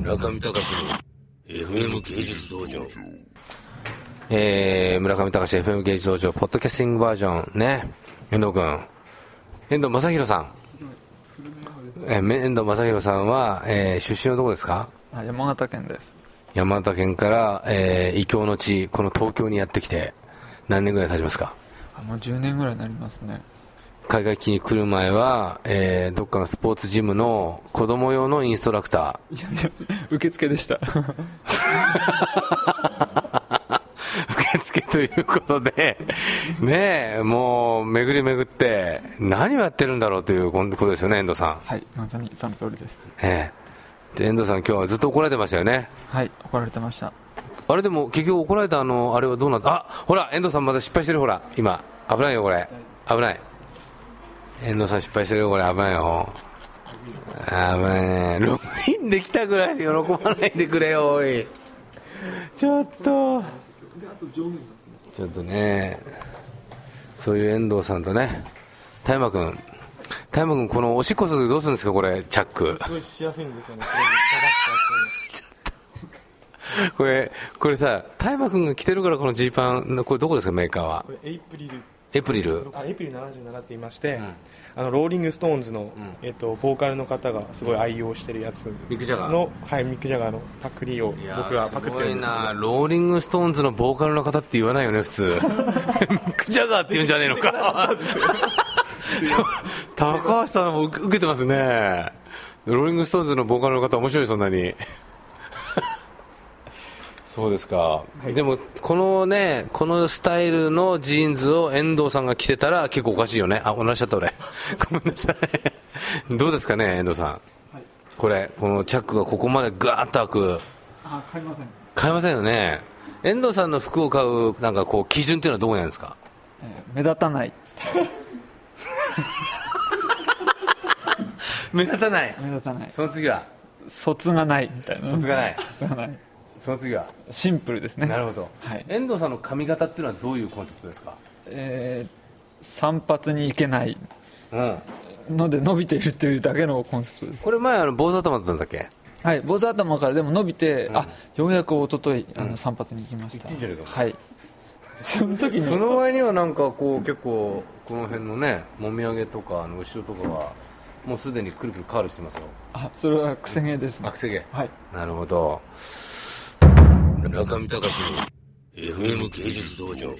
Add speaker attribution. Speaker 1: 中見隆の FM 芸術道場。えー、村上隆 FM 芸術道場、ポッドキャスティングバージョン、ね。遠藤くん。遠藤正宏さん。えー、め遠藤正宏さんは、えー、出身はどこですか
Speaker 2: あ山形県です
Speaker 1: 山形県から、えー、異郷の地、この東京にやってきて、何年ぐらい経ちますか
Speaker 2: あもう10年ぐらいになります ね
Speaker 1: 海外機に来る前は、えー、どっかのスポーツジムの子供用のインストラクター。
Speaker 2: 受付でした
Speaker 1: 受付ということで、ねえ、もう巡り巡って、何をやってるんだろうということですよね、遠藤さん。
Speaker 2: はいまさにその通りです
Speaker 1: ええで遠藤さん、今日はずっと怒られてましたよね。
Speaker 2: はい怒られてました
Speaker 1: あれでも、結局怒られたあの、あれはどうなったあほら、遠藤さんまだ失敗してる、ほら、今。危ないよ、これ。危ない。遠藤さん失敗してるよ、これ、危ないよ。危ないね。ログインできたぐらいで喜ばないでくれよ、おい。ちょっと。ちょっとね、そういう遠藤さんとね、大麻君。大麻君、このおしっこする時どうするんですか、これ、チャック。
Speaker 3: すごいしやすいんですよね。
Speaker 1: これ、これさ、大麻君が着てるから、このジーパン、これどこですか、メーカーは
Speaker 3: こ。れエイプリル。
Speaker 1: エプリル。
Speaker 3: あエイプリル77って言いまして、あのローリング・ストーンズの、えっと、ボーカルの方がすごい愛用してるやつ
Speaker 1: ミックジャガー
Speaker 3: のはい、ミック・ジャガーのパクリを僕
Speaker 1: いやー
Speaker 3: は
Speaker 1: す
Speaker 3: パクって
Speaker 1: ご
Speaker 3: る
Speaker 1: い
Speaker 3: んですけ
Speaker 1: なローリング・ストーンズのボーカルの方って言わないよね普 通ミック・ジャガーって言うんじゃねえのか高橋さんも受け受けてますねローリング・ストーンズのボーカルの方面白いそんなにそうですか、でもこのねこのスタイルのジーンズを遠藤さんが着てたら結構おかしいよねあ同じしちゃった俺ごめんなさいどうですかね遠藤さん、これこのチャックがここまでガーッと開く
Speaker 2: あ買いません、
Speaker 1: 買えませんよね遠藤さんの服を買うなんかこう基準っていうのはどこにあるんですか
Speaker 2: えー目立たない
Speaker 1: 目立たない
Speaker 2: 目立たない
Speaker 1: その次は
Speaker 2: 卒がないみたいな
Speaker 1: 卒がない
Speaker 2: 卒がない
Speaker 1: その次は
Speaker 2: シンプルです ね
Speaker 1: なるほど、
Speaker 2: はい
Speaker 1: 遠藤さんの髪型っていうのはどういうコンセプトですか
Speaker 2: えー散髪に行けない
Speaker 1: うん
Speaker 2: ので伸びているというだけのコンセプトです
Speaker 1: これ前あの坊主頭だったんだっけ
Speaker 2: はい坊主頭からでも伸びて、あようやく一昨日あの散髪に行きまし
Speaker 1: 行
Speaker 2: た、
Speaker 1: ってんじゃねえか
Speaker 2: はいその時に
Speaker 1: その前にはなんかこう結構この辺のねもみあげとかあの後ろとかはもうすでにくるくるカールしてますよ
Speaker 2: あそれは癖毛ですね
Speaker 1: せ毛
Speaker 2: はい
Speaker 1: なるほど中見隆の FM 芸術道場